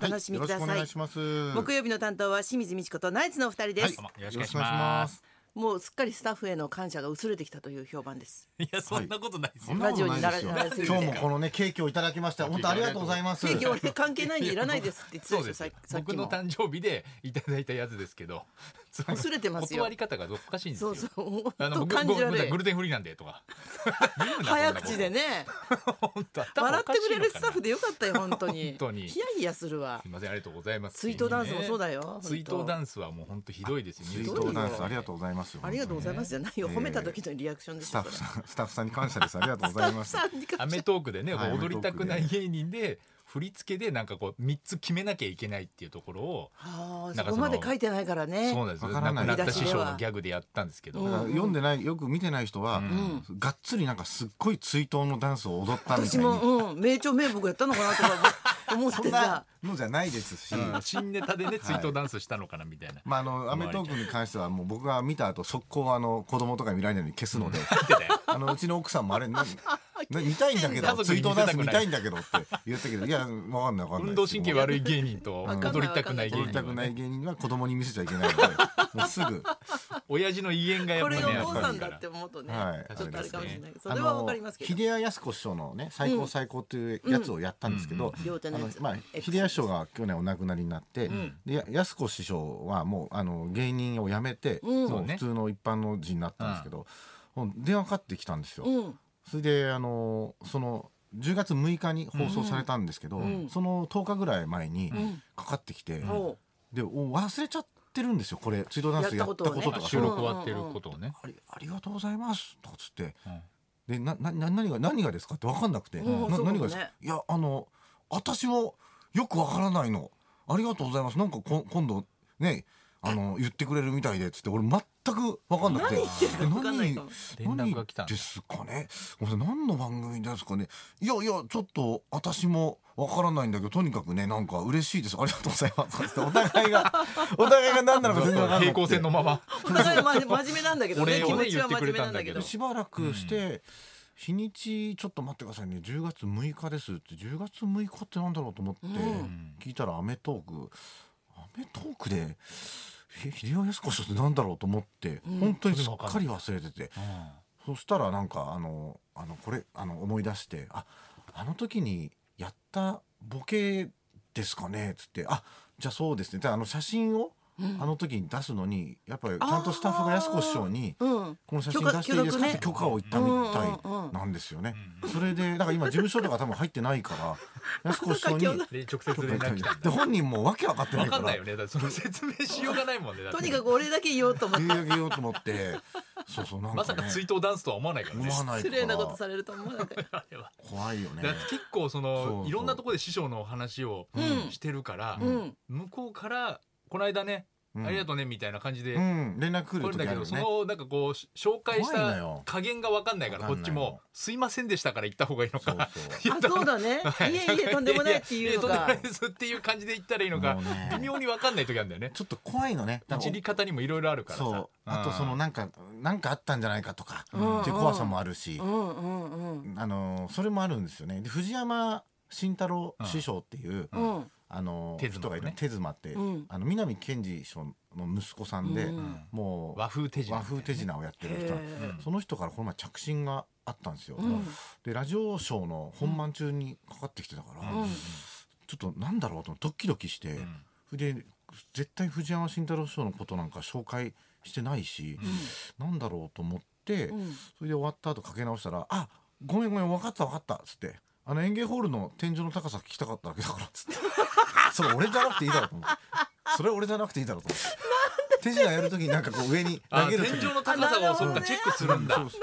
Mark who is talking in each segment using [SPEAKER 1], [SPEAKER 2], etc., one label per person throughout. [SPEAKER 1] お楽しみください,、
[SPEAKER 2] よろしくお願いします。
[SPEAKER 1] 木曜日の担当は清水美智子とナイツのお二人です、
[SPEAKER 2] は
[SPEAKER 3] よろしくお願いします。
[SPEAKER 1] もうすっかりスタッフへの感謝が薄れてきたという評判です
[SPEAKER 3] いや、そんなことないです
[SPEAKER 2] そん
[SPEAKER 3] よ。
[SPEAKER 2] なことないです
[SPEAKER 1] ラジオ
[SPEAKER 2] よ
[SPEAKER 1] にならならすぎて
[SPEAKER 2] 今日もこのねケーキをいただきました。本当ありがとうございます。
[SPEAKER 1] ケーキ俺関係ないんでいらないですって言ってた
[SPEAKER 3] そう
[SPEAKER 1] で
[SPEAKER 3] で
[SPEAKER 1] しょさ
[SPEAKER 3] すよ
[SPEAKER 1] っきさっ
[SPEAKER 3] 僕
[SPEAKER 1] き
[SPEAKER 3] の
[SPEAKER 1] も
[SPEAKER 3] 誕生日でいただいたやつですけどその
[SPEAKER 1] 擦れてますよ
[SPEAKER 3] 断り方がおかしいんです
[SPEAKER 1] そ
[SPEAKER 3] よ
[SPEAKER 1] うそう
[SPEAKER 3] あの
[SPEAKER 1] と
[SPEAKER 3] 僕
[SPEAKER 1] 感じら
[SPEAKER 3] ごめんな
[SPEAKER 1] れ
[SPEAKER 3] さいグルテンフリーなんでとか
[SPEAKER 1] 早口 でね
[SPEAKER 3] 本当
[SPEAKER 1] 笑ってくれるスタッフでよかったよ本当に
[SPEAKER 3] 本当に
[SPEAKER 1] ヒヤヒヤするわ
[SPEAKER 3] すみませんありがとうございます
[SPEAKER 1] 追悼ダンスもそうだ
[SPEAKER 3] よ
[SPEAKER 1] よ本当
[SPEAKER 3] 追悼ダンスはもう本当ひどいですよ
[SPEAKER 2] ツイ
[SPEAKER 3] ニュ
[SPEAKER 2] ー
[SPEAKER 3] ース
[SPEAKER 2] トダンスありがとうございますよ。
[SPEAKER 1] ありがとうございますじゃないよ
[SPEAKER 2] えー
[SPEAKER 1] 褒めた時のリアクションで
[SPEAKER 2] ス
[SPEAKER 1] し
[SPEAKER 2] タ
[SPEAKER 1] ょ
[SPEAKER 2] ッフさんスタッフさんに感謝です。ありがとうございます。
[SPEAKER 1] さんに
[SPEAKER 3] ア
[SPEAKER 1] 関し
[SPEAKER 3] メ
[SPEAKER 1] て
[SPEAKER 3] トークでね、
[SPEAKER 2] はい
[SPEAKER 3] こう踊りたくな
[SPEAKER 2] ア
[SPEAKER 3] い
[SPEAKER 2] メ
[SPEAKER 3] 芸人で振り付けでなんかこう3つ決めなきゃいけないっていうところを
[SPEAKER 1] ああそ
[SPEAKER 3] なんか
[SPEAKER 1] こ
[SPEAKER 3] その
[SPEAKER 1] まで書いてないからね
[SPEAKER 3] そうなんですよ
[SPEAKER 2] わから
[SPEAKER 3] 亡
[SPEAKER 2] ない
[SPEAKER 3] くなった師匠のギャグでやったんですけど、
[SPEAKER 1] う
[SPEAKER 2] だ
[SPEAKER 1] ん
[SPEAKER 2] から読んでないよく見てない人は、がっつりなんかすっごい追悼のダンスを踊ったみた
[SPEAKER 1] 私
[SPEAKER 2] いに
[SPEAKER 1] も、うん、名著名目やったのかなとか思思 っ
[SPEAKER 2] そん
[SPEAKER 1] てさ
[SPEAKER 2] なのじゃないですし、
[SPEAKER 3] うん新ネタでね追悼ダンスしたのかなみたいな、
[SPEAKER 2] まああのアメトークに関してはもう僕が見た後速攻あの子供とかに見られないように消すので、
[SPEAKER 3] 言ってたよ
[SPEAKER 2] あのうちの奥さんもあれ なな見たいんだけ
[SPEAKER 3] 家
[SPEAKER 2] ど
[SPEAKER 3] 族
[SPEAKER 2] 追
[SPEAKER 3] に見
[SPEAKER 2] 悼
[SPEAKER 3] せ
[SPEAKER 2] ダン
[SPEAKER 3] た
[SPEAKER 2] ス
[SPEAKER 3] く
[SPEAKER 2] 見
[SPEAKER 3] ない
[SPEAKER 2] たいんだけどって言ったけどいやわかんないわかんない
[SPEAKER 3] 運動神経悪い芸人と
[SPEAKER 1] ん
[SPEAKER 3] 踊りたくない芸
[SPEAKER 2] 踊りた
[SPEAKER 3] 人
[SPEAKER 2] く
[SPEAKER 3] は
[SPEAKER 2] な
[SPEAKER 3] ね
[SPEAKER 2] い芸人は子供に見せちゃいけないの でもうすぐ
[SPEAKER 3] 親父の威厳がや
[SPEAKER 1] こ
[SPEAKER 3] っぱ
[SPEAKER 1] れ
[SPEAKER 3] ね
[SPEAKER 1] を
[SPEAKER 3] お
[SPEAKER 1] お父
[SPEAKER 3] 父さ
[SPEAKER 1] さ
[SPEAKER 3] ん
[SPEAKER 1] ん
[SPEAKER 3] だ
[SPEAKER 1] だ
[SPEAKER 3] っ
[SPEAKER 1] ってて思うとね、
[SPEAKER 2] はい
[SPEAKER 1] ちょっとあれかもしれないけどそ
[SPEAKER 2] あ
[SPEAKER 1] れはわかりますけど
[SPEAKER 2] の秀谷靖子師匠のね最高最高っていうやつをやったんですけど、
[SPEAKER 1] ん両手の
[SPEAKER 2] あ
[SPEAKER 1] や
[SPEAKER 2] の
[SPEAKER 1] つ
[SPEAKER 2] まあ
[SPEAKER 1] X
[SPEAKER 2] 秀谷師匠が去年お亡くなりになって、でや靖子師匠はもうあの芸人を辞めて、
[SPEAKER 1] うん
[SPEAKER 2] もう普通の一般の人になったんですけど、もう電話かかってきたんですよ。
[SPEAKER 1] うん
[SPEAKER 2] それであのその10月6日に放送されたんですけど、
[SPEAKER 1] ん
[SPEAKER 2] その10日ぐらい前に
[SPEAKER 1] ん
[SPEAKER 2] かかってきて、
[SPEAKER 1] も
[SPEAKER 2] でお忘れちゃってるんですよこれ追悼ダンスやったことと
[SPEAKER 1] やったことを
[SPEAKER 2] か
[SPEAKER 1] ね
[SPEAKER 3] 収録終わってることをね、
[SPEAKER 2] ありありがとうございますとかつって、
[SPEAKER 3] うん
[SPEAKER 2] でななな何が何がですかって分かんなくて、
[SPEAKER 1] うん
[SPEAKER 2] な
[SPEAKER 1] そう
[SPEAKER 2] 何
[SPEAKER 1] だね
[SPEAKER 2] がですかいやあの私もよく分からないのありがとうございますなんかこ今度ねあの言ってくれるみたいでっつって俺全く分かんなくて
[SPEAKER 1] 何言ってるか分かんないかも
[SPEAKER 2] 何
[SPEAKER 3] 連絡が来たんだ
[SPEAKER 2] 何ですかねごめんなさい何の番組ですかねいやいやちょっと私も分からないんだけどとにかくねなんか嬉しいですありがとうございますとかつってお互いがお互いが何なのか全然分かんない
[SPEAKER 3] 平行線のまま
[SPEAKER 1] うお互いま真面目なんだけど
[SPEAKER 3] お
[SPEAKER 1] ね
[SPEAKER 3] 礼を
[SPEAKER 1] 気
[SPEAKER 3] ね
[SPEAKER 1] 持ちは真面目なんだけど
[SPEAKER 2] で
[SPEAKER 3] 言って
[SPEAKER 2] しばらくして、日にちちょっと待ってくださいね10月6日ですって10月6日ってなんだろうと思って
[SPEAKER 1] ん
[SPEAKER 2] 聞いたら『アメトーク』『アメトーク』でえ秀吉靖子さんってなんだろうと思って、
[SPEAKER 1] ん
[SPEAKER 2] 本当にすっかり忘れててそしたらなんかあのあのこれあの思い出して「ああの時にやったボケですかね」っつって「あじゃあそうですね」であの写真をあの時に出すのにやっぱりちゃんとスタッフが靖子師匠に「
[SPEAKER 1] うん
[SPEAKER 2] この写真出していいですかって
[SPEAKER 1] 許
[SPEAKER 2] 許
[SPEAKER 1] 可
[SPEAKER 2] 可を言ったみたいなんですよね。それでだから今事務所とか多分入ってないから安子師匠に
[SPEAKER 1] 許可
[SPEAKER 3] で直接連絡来たん
[SPEAKER 2] で
[SPEAKER 3] だ
[SPEAKER 2] 本人もわけわかってな
[SPEAKER 3] 分
[SPEAKER 2] い
[SPEAKER 3] か
[SPEAKER 2] か
[SPEAKER 3] んな
[SPEAKER 2] ら
[SPEAKER 3] いよねだってその 説明しようがないもんねだって
[SPEAKER 1] とにかく俺だけ言おうと思っ
[SPEAKER 2] 言
[SPEAKER 1] て
[SPEAKER 2] い上げようと思ってそうそうなん
[SPEAKER 3] ま
[SPEAKER 2] か
[SPEAKER 3] さか
[SPEAKER 2] ね
[SPEAKER 3] 追悼ダンスとは思わないからね
[SPEAKER 2] 思わない
[SPEAKER 1] 失礼なこと
[SPEAKER 2] か
[SPEAKER 1] されると思わなかった
[SPEAKER 3] あれは
[SPEAKER 2] ら怖いよね
[SPEAKER 3] だって結構その
[SPEAKER 2] そうそう
[SPEAKER 3] いろんなところで師匠のお話を
[SPEAKER 1] うん
[SPEAKER 3] してるから、
[SPEAKER 1] うん
[SPEAKER 3] 向こうからこの間ね、
[SPEAKER 2] うん
[SPEAKER 3] ありがとうねみたいな感じで、
[SPEAKER 2] うん連絡来
[SPEAKER 3] 来
[SPEAKER 2] る
[SPEAKER 3] るん
[SPEAKER 2] 時
[SPEAKER 3] だ
[SPEAKER 2] あ
[SPEAKER 3] け
[SPEAKER 2] る
[SPEAKER 3] ど、
[SPEAKER 2] よ
[SPEAKER 3] そ
[SPEAKER 2] ね
[SPEAKER 3] のなんかこうし紹介し
[SPEAKER 2] 怖いの
[SPEAKER 3] た
[SPEAKER 2] よ
[SPEAKER 3] 加減が分かんないからこ
[SPEAKER 2] 分かん
[SPEAKER 3] っ
[SPEAKER 2] な
[SPEAKER 3] ち
[SPEAKER 2] いの
[SPEAKER 3] も「すいませんでした」から行った方がいいの
[SPEAKER 2] そう
[SPEAKER 3] か。
[SPEAKER 2] そう
[SPEAKER 3] いや
[SPEAKER 1] あそうだねいえいえとんでもないっていうの
[SPEAKER 3] や
[SPEAKER 1] が
[SPEAKER 3] やとんでもないですっていう感じで言ったらいいのか、
[SPEAKER 2] もうね
[SPEAKER 3] 微妙に分かんない時あるんだよね
[SPEAKER 2] ちょっと怖いのねだ
[SPEAKER 3] い
[SPEAKER 2] から
[SPEAKER 3] じり方にもいろいろあるからさ
[SPEAKER 2] そうあとそのなんかなんかあったんじゃないかとか
[SPEAKER 1] ん
[SPEAKER 2] っていう怖さもあるし
[SPEAKER 1] うんうんうん
[SPEAKER 2] あのそれもあるんですよねで藤山慎太郎師匠っていう
[SPEAKER 1] うん
[SPEAKER 2] あの
[SPEAKER 3] 手妻
[SPEAKER 2] 人がいる
[SPEAKER 3] ね
[SPEAKER 2] 手妻って、
[SPEAKER 1] うん
[SPEAKER 2] あの南健二師匠の息子さんで、
[SPEAKER 1] うん
[SPEAKER 3] うん
[SPEAKER 2] もう
[SPEAKER 3] 和風手品
[SPEAKER 2] 和風手品をやってる人なんです
[SPEAKER 1] へ
[SPEAKER 2] その人からこの前着信があったんですよ、
[SPEAKER 1] うん
[SPEAKER 2] でラジオショーの本番中にかかってきてたから、
[SPEAKER 1] うん
[SPEAKER 2] ちょっとなんだろうと思ってドキドキして、
[SPEAKER 3] ん
[SPEAKER 2] それで絶対藤山慎太郎師匠のことなんか紹介してないし、なんだろうと思って、
[SPEAKER 1] うん
[SPEAKER 2] それで終わった後かけ直したら「あごめんごめん分かった分かった」っつって「あの園芸ホールの天井の高さ聞きたかったわけだから」っつって「それ俺じゃなくていいだろ」と思って「それ俺じゃなくていいだろ」と思って手品やる時になんかこう上に
[SPEAKER 3] あ
[SPEAKER 2] 投げる時
[SPEAKER 3] 天井の高さをそっかチェックするんだ、
[SPEAKER 2] そうそ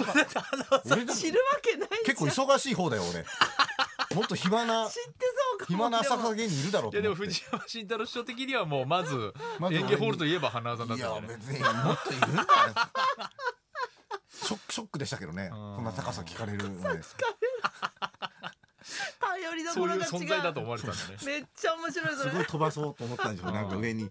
[SPEAKER 2] うそう俺だ
[SPEAKER 1] 知るわけないじゃん
[SPEAKER 2] 結構忙しい方だよ俺もっと暇な
[SPEAKER 1] 知ってそうかも
[SPEAKER 2] 暇な浅
[SPEAKER 1] で
[SPEAKER 2] 草
[SPEAKER 1] も
[SPEAKER 2] 芸人いるだろう
[SPEAKER 3] い
[SPEAKER 2] と
[SPEAKER 3] やで
[SPEAKER 2] 思
[SPEAKER 3] も
[SPEAKER 2] って
[SPEAKER 3] 藤山慎太郎師匠的にはもうまず
[SPEAKER 2] まず
[SPEAKER 3] 演芸ホールといえば花澤だっ
[SPEAKER 2] い
[SPEAKER 3] たん
[SPEAKER 2] や
[SPEAKER 3] だよね
[SPEAKER 2] 別にもっといるんだよショックショックでしたけどね
[SPEAKER 3] うん
[SPEAKER 2] こんな高さ聞かれるので
[SPEAKER 1] 頼りど
[SPEAKER 3] そ
[SPEAKER 1] こ
[SPEAKER 3] うい
[SPEAKER 1] ろ
[SPEAKER 3] う
[SPEAKER 1] が違う
[SPEAKER 3] 存在だと思われてたんだね
[SPEAKER 1] めっちゃ面白いそ
[SPEAKER 2] す
[SPEAKER 1] れ
[SPEAKER 2] ごい飛ばそうと思ったんでしょうなんか上に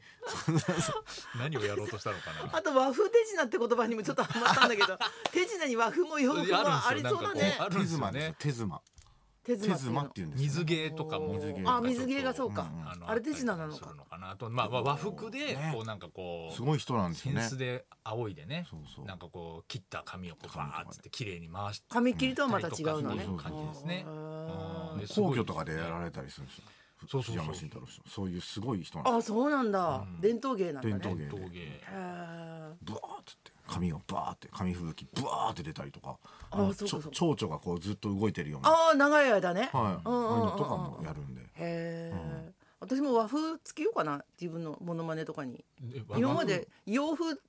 [SPEAKER 3] 何をやろうとした のかな
[SPEAKER 1] あと和風手品って言葉にもちょっとハマったんだけど手品に和風も洋
[SPEAKER 3] あるんで
[SPEAKER 1] 風
[SPEAKER 3] すよ
[SPEAKER 1] もありそうだね
[SPEAKER 3] なんかこうあるん
[SPEAKER 2] 手
[SPEAKER 3] ですよ
[SPEAKER 2] 妻です
[SPEAKER 3] ね
[SPEAKER 2] よ手妻
[SPEAKER 1] 手
[SPEAKER 2] 手
[SPEAKER 1] 妻
[SPEAKER 2] 妻って
[SPEAKER 1] い
[SPEAKER 2] いうんです
[SPEAKER 3] 水
[SPEAKER 2] よね
[SPEAKER 3] 芸とかも
[SPEAKER 2] 水芸
[SPEAKER 1] あ水芸がそうか、
[SPEAKER 2] うんうん
[SPEAKER 3] の
[SPEAKER 1] あれ手品なのか
[SPEAKER 3] あったりするかなあとまあ和和服で
[SPEAKER 2] ね
[SPEAKER 3] こうなんかこ
[SPEAKER 2] す
[SPEAKER 3] う、
[SPEAKER 2] ごい人なんです
[SPEAKER 3] セ
[SPEAKER 2] よ
[SPEAKER 3] ン
[SPEAKER 2] ね
[SPEAKER 3] スで仰いでね
[SPEAKER 2] そうそう
[SPEAKER 3] なんかこう切った髪をこうバーッつって綺麗に回して
[SPEAKER 1] 紙切りとはまた違うのね
[SPEAKER 2] そうそう
[SPEAKER 3] 感じですね
[SPEAKER 1] あ
[SPEAKER 3] うん
[SPEAKER 1] ー
[SPEAKER 3] で
[SPEAKER 2] 皇居とかでやられたりするんですよ
[SPEAKER 3] そうそうそう
[SPEAKER 2] 藤山慎太郎師匠そういうすごい人なん
[SPEAKER 1] あ
[SPEAKER 2] で
[SPEAKER 1] ーそうなんだ、
[SPEAKER 3] うん
[SPEAKER 1] 伝統芸なんだね
[SPEAKER 2] 伝統芸
[SPEAKER 3] 陶
[SPEAKER 2] で
[SPEAKER 3] 芸
[SPEAKER 1] へー
[SPEAKER 2] ブワーッつって髪がバーって髪吹雪ブワーって出たりとか
[SPEAKER 1] あ
[SPEAKER 2] の
[SPEAKER 1] そうかそうか
[SPEAKER 2] ちょ蝶々がこうずっと動いてるような
[SPEAKER 1] ああ長い間ね、
[SPEAKER 2] はい
[SPEAKER 1] うんうんうんうん
[SPEAKER 2] ああいうのとかもやるんで
[SPEAKER 1] へえ、
[SPEAKER 2] うん
[SPEAKER 1] 私も和風つけようかな自分のモノマネとかに
[SPEAKER 3] で和
[SPEAKER 1] 今まで洋風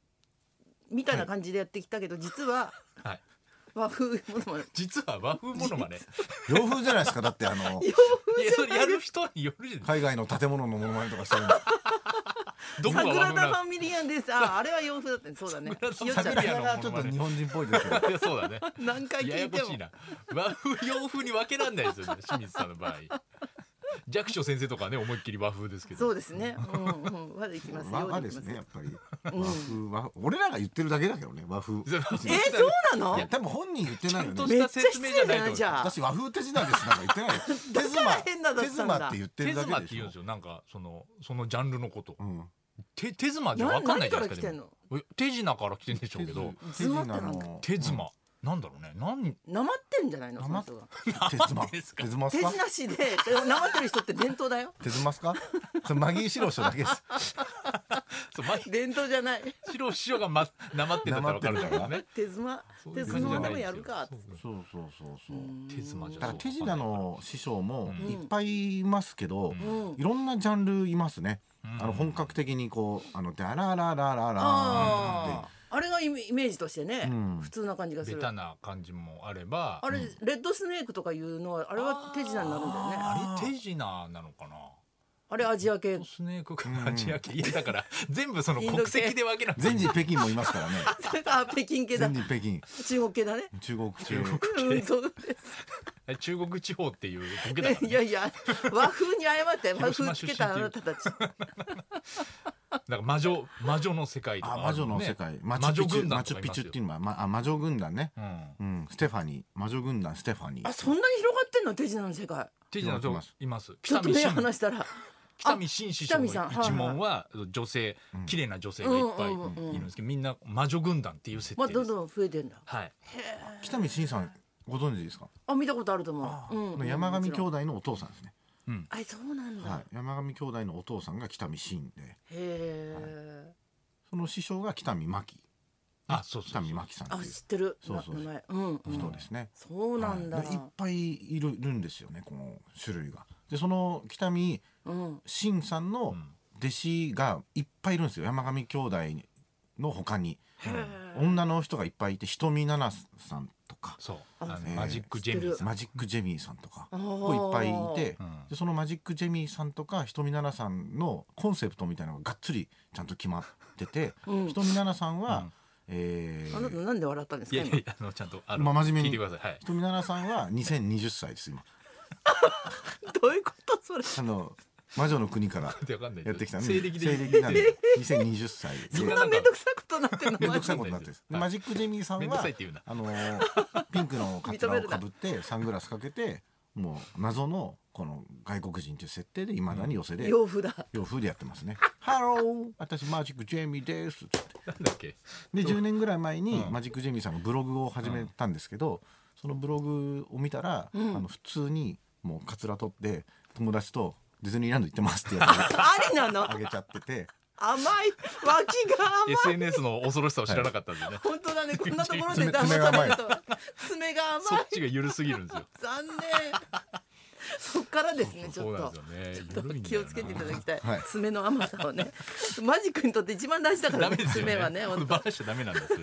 [SPEAKER 1] みたいな感じでやってきたけど、実は
[SPEAKER 3] 風はい
[SPEAKER 1] 和風モノマネ
[SPEAKER 3] 実は和風もの まで
[SPEAKER 2] 洋風じゃないですかだってあの
[SPEAKER 3] いやそれやる人によるじゃない
[SPEAKER 2] 海外の建物のものまねとかしてるんで
[SPEAKER 3] どこが和
[SPEAKER 1] 桜
[SPEAKER 3] 風な
[SPEAKER 1] 田
[SPEAKER 3] の
[SPEAKER 1] ファミリアンですあーあれは洋風だったねそうだね
[SPEAKER 3] 桜田
[SPEAKER 1] ひよちゃん
[SPEAKER 3] ファミリアン
[SPEAKER 2] 桜がちょっと日本人っぽいですよ
[SPEAKER 3] いや そうだね
[SPEAKER 1] 何回
[SPEAKER 3] や
[SPEAKER 1] 聞
[SPEAKER 3] や
[SPEAKER 1] いて
[SPEAKER 3] こ
[SPEAKER 1] も
[SPEAKER 3] しいな和風洋風に分けらんないですよ ね清水さんの場合弱小先生とかね思いっきり和風ですけど
[SPEAKER 1] そうですねうんうん和でいき ます
[SPEAKER 2] 和
[SPEAKER 1] 洋
[SPEAKER 2] 和
[SPEAKER 1] で
[SPEAKER 2] で
[SPEAKER 1] いきます
[SPEAKER 2] すねやっぱり和風和俺らが言ってるだけだけどね和風
[SPEAKER 3] え
[SPEAKER 1] えー、そうないの
[SPEAKER 2] や多分本人言ってないよね
[SPEAKER 3] と
[SPEAKER 1] め
[SPEAKER 3] し
[SPEAKER 1] ったちゃ
[SPEAKER 3] 説
[SPEAKER 1] 失
[SPEAKER 3] 明じゃ
[SPEAKER 1] 礼
[SPEAKER 3] ない
[SPEAKER 1] だ
[SPEAKER 3] と
[SPEAKER 1] なじゃあ
[SPEAKER 2] 私和風手品ですなんか言ってないよ手
[SPEAKER 1] だから
[SPEAKER 2] 妻
[SPEAKER 1] 変なだった
[SPEAKER 2] 手
[SPEAKER 1] ん
[SPEAKER 2] 妻
[SPEAKER 1] だ
[SPEAKER 2] って言って
[SPEAKER 3] 手
[SPEAKER 2] るだ
[SPEAKER 3] 妻っ
[SPEAKER 2] け
[SPEAKER 3] て
[SPEAKER 2] でし
[SPEAKER 3] 言うん
[SPEAKER 2] ょ
[SPEAKER 3] ですよなんかそのそのジャンルのこと
[SPEAKER 2] うん
[SPEAKER 3] 手手妻じゃ分かんないじゃないですか
[SPEAKER 1] 何何か
[SPEAKER 3] でも手品から来てんでしょうけど
[SPEAKER 1] 手妻ってなんか
[SPEAKER 3] 手妻、なんだろうね何
[SPEAKER 1] なまってんじゃないの
[SPEAKER 2] な
[SPEAKER 1] そ
[SPEAKER 2] ま
[SPEAKER 1] の
[SPEAKER 2] っ
[SPEAKER 1] 人が
[SPEAKER 2] 手妻
[SPEAKER 3] 手ですか
[SPEAKER 2] 手妻っ
[SPEAKER 1] 手
[SPEAKER 2] すか
[SPEAKER 1] 品師でなまってる人って伝統だ よ
[SPEAKER 2] 手妻っすかそれマギーシロだけです
[SPEAKER 3] そう毎
[SPEAKER 1] 伝統じゃない
[SPEAKER 3] 白師匠 がまなまってんだったら分かるんだけどね
[SPEAKER 1] 手妻
[SPEAKER 3] そう い
[SPEAKER 1] 手
[SPEAKER 3] う感じじ
[SPEAKER 1] 妻
[SPEAKER 3] ゃな
[SPEAKER 1] でも
[SPEAKER 3] いです
[SPEAKER 1] や
[SPEAKER 3] よ
[SPEAKER 1] るか
[SPEAKER 3] そう
[SPEAKER 2] そうそうそうそう
[SPEAKER 3] 手妻じゃ
[SPEAKER 2] だから手品の師匠も
[SPEAKER 3] うん
[SPEAKER 2] いっぱいいますけど、
[SPEAKER 1] うん
[SPEAKER 2] いろんなジャンルいますね、
[SPEAKER 3] うん
[SPEAKER 2] あの本格的にこうあのダラララララ
[SPEAKER 1] あああれがイメイメージとしてね、
[SPEAKER 2] うん
[SPEAKER 1] 普通な感じがす
[SPEAKER 3] ベ
[SPEAKER 1] る
[SPEAKER 3] タな感じもあれば
[SPEAKER 1] あれ、レッドスネークとかいうのはあれは手品になるんだよねあ
[SPEAKER 3] あれ手品なのかな
[SPEAKER 1] れアジア 系
[SPEAKER 3] ホスネークからアジア系いや だから全部その
[SPEAKER 1] インド系
[SPEAKER 3] 国籍で分けなくて
[SPEAKER 2] 全治北京もいま すからね
[SPEAKER 1] それか北京系だ
[SPEAKER 2] 全治北京
[SPEAKER 1] 中国系だね
[SPEAKER 2] 中国系
[SPEAKER 1] うんそう
[SPEAKER 3] 中国地方っていうだけだ
[SPEAKER 1] で
[SPEAKER 3] か
[SPEAKER 1] すい
[SPEAKER 3] ら
[SPEAKER 1] や
[SPEAKER 3] ね
[SPEAKER 1] いや和風に謝って和
[SPEAKER 3] 広島
[SPEAKER 1] 風つけたあ
[SPEAKER 3] 出身
[SPEAKER 1] な
[SPEAKER 3] って
[SPEAKER 1] たたち
[SPEAKER 3] なんか魔女魔女の世界とか
[SPEAKER 2] あ
[SPEAKER 3] る
[SPEAKER 2] 魔女の世界、マチュ
[SPEAKER 3] 魔
[SPEAKER 2] ピチ
[SPEAKER 3] 女
[SPEAKER 2] ュ
[SPEAKER 3] 軍
[SPEAKER 2] マ
[SPEAKER 3] 団
[SPEAKER 2] チ
[SPEAKER 3] とか
[SPEAKER 2] ュ
[SPEAKER 3] い
[SPEAKER 2] ピ
[SPEAKER 3] ます
[SPEAKER 2] チュ
[SPEAKER 3] よ
[SPEAKER 2] っていうのは、まあ、魔女軍団ね、
[SPEAKER 3] うん
[SPEAKER 2] うん、ステファニー魔女軍団ステファニー
[SPEAKER 1] あそんなに広がってんの手品の世界
[SPEAKER 3] 手品の人います
[SPEAKER 1] ちょっ
[SPEAKER 3] 北
[SPEAKER 1] と
[SPEAKER 3] 見
[SPEAKER 1] 目
[SPEAKER 3] 新
[SPEAKER 1] 離したら
[SPEAKER 3] 北見新師匠の一門は女性
[SPEAKER 2] ん
[SPEAKER 3] 綺麗な女性がいっぱいい
[SPEAKER 1] うんうんうんうん
[SPEAKER 3] るんですけどみんな魔女軍団っていう設
[SPEAKER 1] まあ
[SPEAKER 3] 定
[SPEAKER 1] ど
[SPEAKER 3] で
[SPEAKER 1] ん
[SPEAKER 3] す
[SPEAKER 1] どん増えてんだ
[SPEAKER 3] はい
[SPEAKER 2] 北見真さんご存知ですか、
[SPEAKER 1] あ見たことあると思
[SPEAKER 2] あ
[SPEAKER 1] う、うん
[SPEAKER 2] の山上兄
[SPEAKER 1] もちろん
[SPEAKER 2] 弟のお父さんですね、
[SPEAKER 3] うん
[SPEAKER 1] あそうなんだ、
[SPEAKER 2] は
[SPEAKER 1] へ
[SPEAKER 2] い、山上兄弟のお父さんが北見真で
[SPEAKER 1] え、
[SPEAKER 2] その師匠が北見真希
[SPEAKER 3] あそうそ
[SPEAKER 2] 北
[SPEAKER 3] う
[SPEAKER 2] 見
[SPEAKER 3] そう
[SPEAKER 2] 真希さんって
[SPEAKER 1] あ
[SPEAKER 2] い
[SPEAKER 1] 知ってる
[SPEAKER 2] そうそう
[SPEAKER 1] な名前うん、うん、
[SPEAKER 2] う人ですね、
[SPEAKER 1] そうなんだ、
[SPEAKER 2] はいでいっぱいいるるんですよねこの種類がでその北見
[SPEAKER 1] うん
[SPEAKER 2] 真さんの弟子がいっぱいいるんですよ山上兄弟の他に女の人がいっぱいいて瞳奈々さんとか
[SPEAKER 3] そう
[SPEAKER 1] あ
[SPEAKER 3] あの
[SPEAKER 2] ね
[SPEAKER 3] マジックジェミーさん
[SPEAKER 2] マジックジェミーさんとか
[SPEAKER 1] あー
[SPEAKER 2] こういっぱいいて
[SPEAKER 3] うん
[SPEAKER 2] でそのマジックジェミーさんとか瞳奈々さんのコンセプトみたいなのががっつりちゃんと決まってて
[SPEAKER 1] うん
[SPEAKER 2] 瞳奈々さん
[SPEAKER 3] う
[SPEAKER 2] は
[SPEAKER 3] ん
[SPEAKER 2] えー
[SPEAKER 1] あなたなんで笑ったんです
[SPEAKER 3] い
[SPEAKER 1] か
[SPEAKER 3] やい
[SPEAKER 1] 今
[SPEAKER 3] やいやあのちゃんとあの
[SPEAKER 2] まあ真面目に
[SPEAKER 3] 聞いてくださいはい
[SPEAKER 2] 瞳奈々さんは2020歳です今
[SPEAKER 1] どういうことそれ
[SPEAKER 2] あの魔女の国から
[SPEAKER 3] ってわかんない
[SPEAKER 2] やってきた
[SPEAKER 3] 西暦で
[SPEAKER 2] 西暦なんで2020歳で
[SPEAKER 3] み
[SPEAKER 1] そん
[SPEAKER 3] な
[SPEAKER 1] なめんどくさいことになってんの
[SPEAKER 2] めん
[SPEAKER 1] マ
[SPEAKER 2] ど
[SPEAKER 1] ジで
[SPEAKER 2] くさいことになってるんですで
[SPEAKER 3] はい
[SPEAKER 2] マジックジェミーさん
[SPEAKER 3] めんどく
[SPEAKER 2] は
[SPEAKER 3] さいって言うな
[SPEAKER 2] あのーピンクのカツ
[SPEAKER 1] 認
[SPEAKER 2] ラ
[SPEAKER 1] め
[SPEAKER 2] を
[SPEAKER 1] る
[SPEAKER 2] か
[SPEAKER 1] な
[SPEAKER 2] ぶってサングラスかけてもう謎のこの外国人という設定でいまだに寄せで
[SPEAKER 1] 洋風だ
[SPEAKER 2] 洋風でやってますね「ハロー私マジックジェミーです」つって
[SPEAKER 3] なんだっけ
[SPEAKER 2] で10年ぐらい前に
[SPEAKER 3] うん
[SPEAKER 2] マジックジェミーさんがブログを始めたんですけどそのブログを見たらあ
[SPEAKER 1] ん
[SPEAKER 2] の普通にもうカツラ取って友達とディズニーランド行ってますってやつを
[SPEAKER 1] ありなの
[SPEAKER 2] あげちゃってて。
[SPEAKER 1] 甘い脇が甘い
[SPEAKER 3] SNS の恐ろしさを知らなかったんでね、
[SPEAKER 1] 本当 だねこんなところで
[SPEAKER 2] 爪
[SPEAKER 1] 騙されるとは爪が
[SPEAKER 3] そ
[SPEAKER 1] 甘い
[SPEAKER 3] っちが緩すぎるんですよ
[SPEAKER 1] 残念そっからですねち
[SPEAKER 3] そ
[SPEAKER 1] ょ
[SPEAKER 3] う
[SPEAKER 1] っ
[SPEAKER 3] なん
[SPEAKER 1] と
[SPEAKER 3] ですよね
[SPEAKER 1] ちょっと気をつけていただきたい、
[SPEAKER 2] はい
[SPEAKER 1] 爪の甘さをねマジックにとって一番大事だから
[SPEAKER 3] ダ
[SPEAKER 1] ね
[SPEAKER 3] メですよね
[SPEAKER 1] 爪はね本当
[SPEAKER 3] バラしちゃダメなんですよ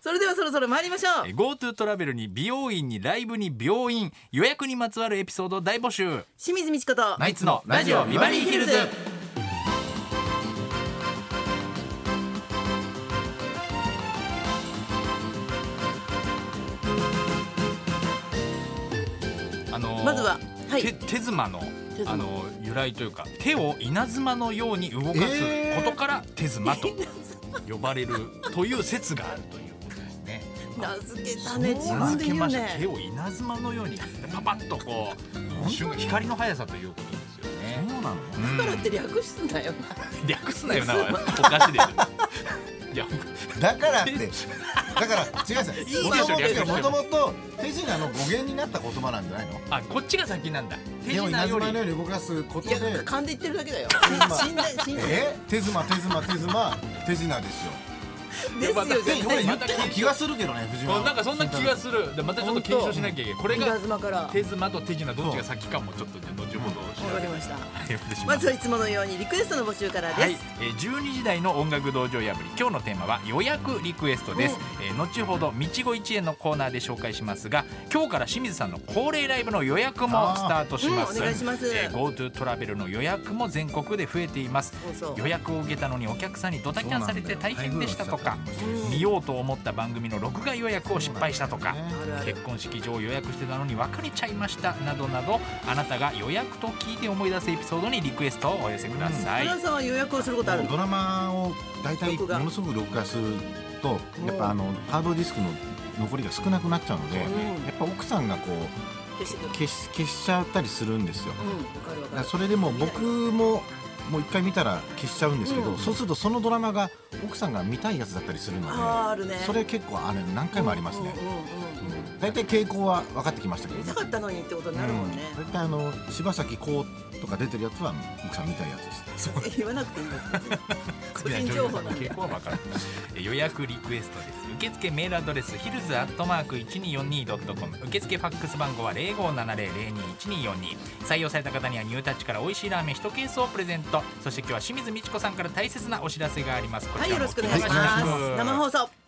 [SPEAKER 1] それではそろそろ参りましょう
[SPEAKER 3] GoTo トラベルに美容院にライブに病院予約にまつわるエピソード大募集
[SPEAKER 1] 清水美智子と
[SPEAKER 3] ナイツのラジオビバリーヒルズあのー
[SPEAKER 1] まずははい
[SPEAKER 3] 手手妻の
[SPEAKER 1] 手妻
[SPEAKER 3] あのー由来というか手を稲妻のように動かす ことから手妻と呼ばれるという説があるということですね。
[SPEAKER 1] 名付けたね自
[SPEAKER 3] 名
[SPEAKER 1] 分
[SPEAKER 3] 付
[SPEAKER 1] で
[SPEAKER 3] け
[SPEAKER 1] 言う
[SPEAKER 3] ました手
[SPEAKER 1] ね
[SPEAKER 3] を稲妻のようにパパッとこう瞬間光の速さということですよ
[SPEAKER 2] そう
[SPEAKER 3] ね。
[SPEAKER 2] なの
[SPEAKER 3] うん
[SPEAKER 1] だからって略すんだよ
[SPEAKER 3] 略すなよなおかしいです。いや
[SPEAKER 2] だからっ てだから違うんですよ
[SPEAKER 3] いいでしょ略して
[SPEAKER 2] もともと手品の語源になった言葉なんじゃないの
[SPEAKER 3] あこっちが先なんだ。手
[SPEAKER 2] 手を
[SPEAKER 3] 品
[SPEAKER 2] 稲
[SPEAKER 3] より
[SPEAKER 2] 妻のように動かすこと
[SPEAKER 1] い
[SPEAKER 2] で
[SPEAKER 1] や勘で言ってるだけだよ
[SPEAKER 2] 今
[SPEAKER 1] 死んだ死んだ
[SPEAKER 2] え手妻手妻手妻手品ですよ
[SPEAKER 1] ですよ
[SPEAKER 3] いや
[SPEAKER 2] で
[SPEAKER 1] 絶
[SPEAKER 3] また
[SPEAKER 2] 俺
[SPEAKER 1] 対
[SPEAKER 2] 言ってる気がするけどね藤
[SPEAKER 3] こ
[SPEAKER 2] 原
[SPEAKER 3] うなんかそんな気がする。でまたちょっと検証しなきゃいけない。これ
[SPEAKER 1] 稲
[SPEAKER 3] が
[SPEAKER 1] 妻から
[SPEAKER 3] 手妻と手品どっちが先かもちょっとじゃあ後ほど
[SPEAKER 1] わ
[SPEAKER 3] 調
[SPEAKER 1] か
[SPEAKER 3] べ
[SPEAKER 1] り
[SPEAKER 3] て
[SPEAKER 1] ました
[SPEAKER 3] し
[SPEAKER 1] ま
[SPEAKER 3] ます
[SPEAKER 1] ず。はいつものようにリクエストの募集から
[SPEAKER 3] はい
[SPEAKER 1] で、
[SPEAKER 3] えー12時台の音楽道場破り今日のテーマは予約リクエストです、えー後ほど道後一円のコーナーで紹介しますが今日から清水さんの恒例ライブの予約もスタート
[SPEAKER 1] す
[SPEAKER 3] し
[SPEAKER 1] うんお
[SPEAKER 3] ます、
[SPEAKER 1] 願いします
[SPEAKER 3] えー GoTo トラベルの予約も全国で増えています
[SPEAKER 1] そうそ
[SPEAKER 3] 予
[SPEAKER 1] う
[SPEAKER 3] 約を受けたのにお客さんにドタキャンされて大変でしたと
[SPEAKER 1] う
[SPEAKER 3] か
[SPEAKER 1] ん
[SPEAKER 3] 見ようと思った番組の録画予約を失敗したとか
[SPEAKER 2] ね
[SPEAKER 1] あるある
[SPEAKER 3] 結婚式場を予約してたのに別れちゃいましたなどなどあなたが予約と聞いて思い出すエピソードにリクエストをお寄せください、
[SPEAKER 1] 花さんは予約をすることある
[SPEAKER 2] もうドラマを大体
[SPEAKER 1] 録
[SPEAKER 2] も
[SPEAKER 1] 画
[SPEAKER 2] のすごく録画すると
[SPEAKER 1] うん
[SPEAKER 2] やっぱあのハードディスクの残りが少なくなっちゃうのでや
[SPEAKER 1] うん
[SPEAKER 2] っぱ奥さんがこう
[SPEAKER 1] 消してくる
[SPEAKER 2] 消し消しちゃったりするんですよ
[SPEAKER 1] うんわかるわ
[SPEAKER 2] だ
[SPEAKER 1] か
[SPEAKER 2] から
[SPEAKER 1] る
[SPEAKER 2] それでもう僕ももう一回見たら消しちゃうんですけど、
[SPEAKER 1] うん
[SPEAKER 2] そうするとそのドラマが奥さんが見たいやつだったりするので
[SPEAKER 1] あーあるね
[SPEAKER 2] それ結構あれ何回もありますね
[SPEAKER 1] うんうんうんうん
[SPEAKER 2] 大体傾向は分かってきましたけど
[SPEAKER 1] 見たかったのにってことになるもんね、
[SPEAKER 2] うん大体あの柴咲コウとか出てるやつは奥さん見たいやつです
[SPEAKER 1] 言わなくていいんです 個人情報なんで
[SPEAKER 3] 結構わかる予約リクエストです受付メールアドレスヒルズアットマーク 1242.com 受付ファックス番号は0570021242採用された方にはニュータッチから美味しいラーメン1ケースをプレゼントそして今日は清水美智子さんから大切なお知らせがありますこ
[SPEAKER 1] はい
[SPEAKER 3] ちら
[SPEAKER 1] よ
[SPEAKER 3] も
[SPEAKER 1] ろしくお願いし
[SPEAKER 2] は
[SPEAKER 1] ま
[SPEAKER 2] い
[SPEAKER 1] す、
[SPEAKER 2] お願い
[SPEAKER 1] 生放送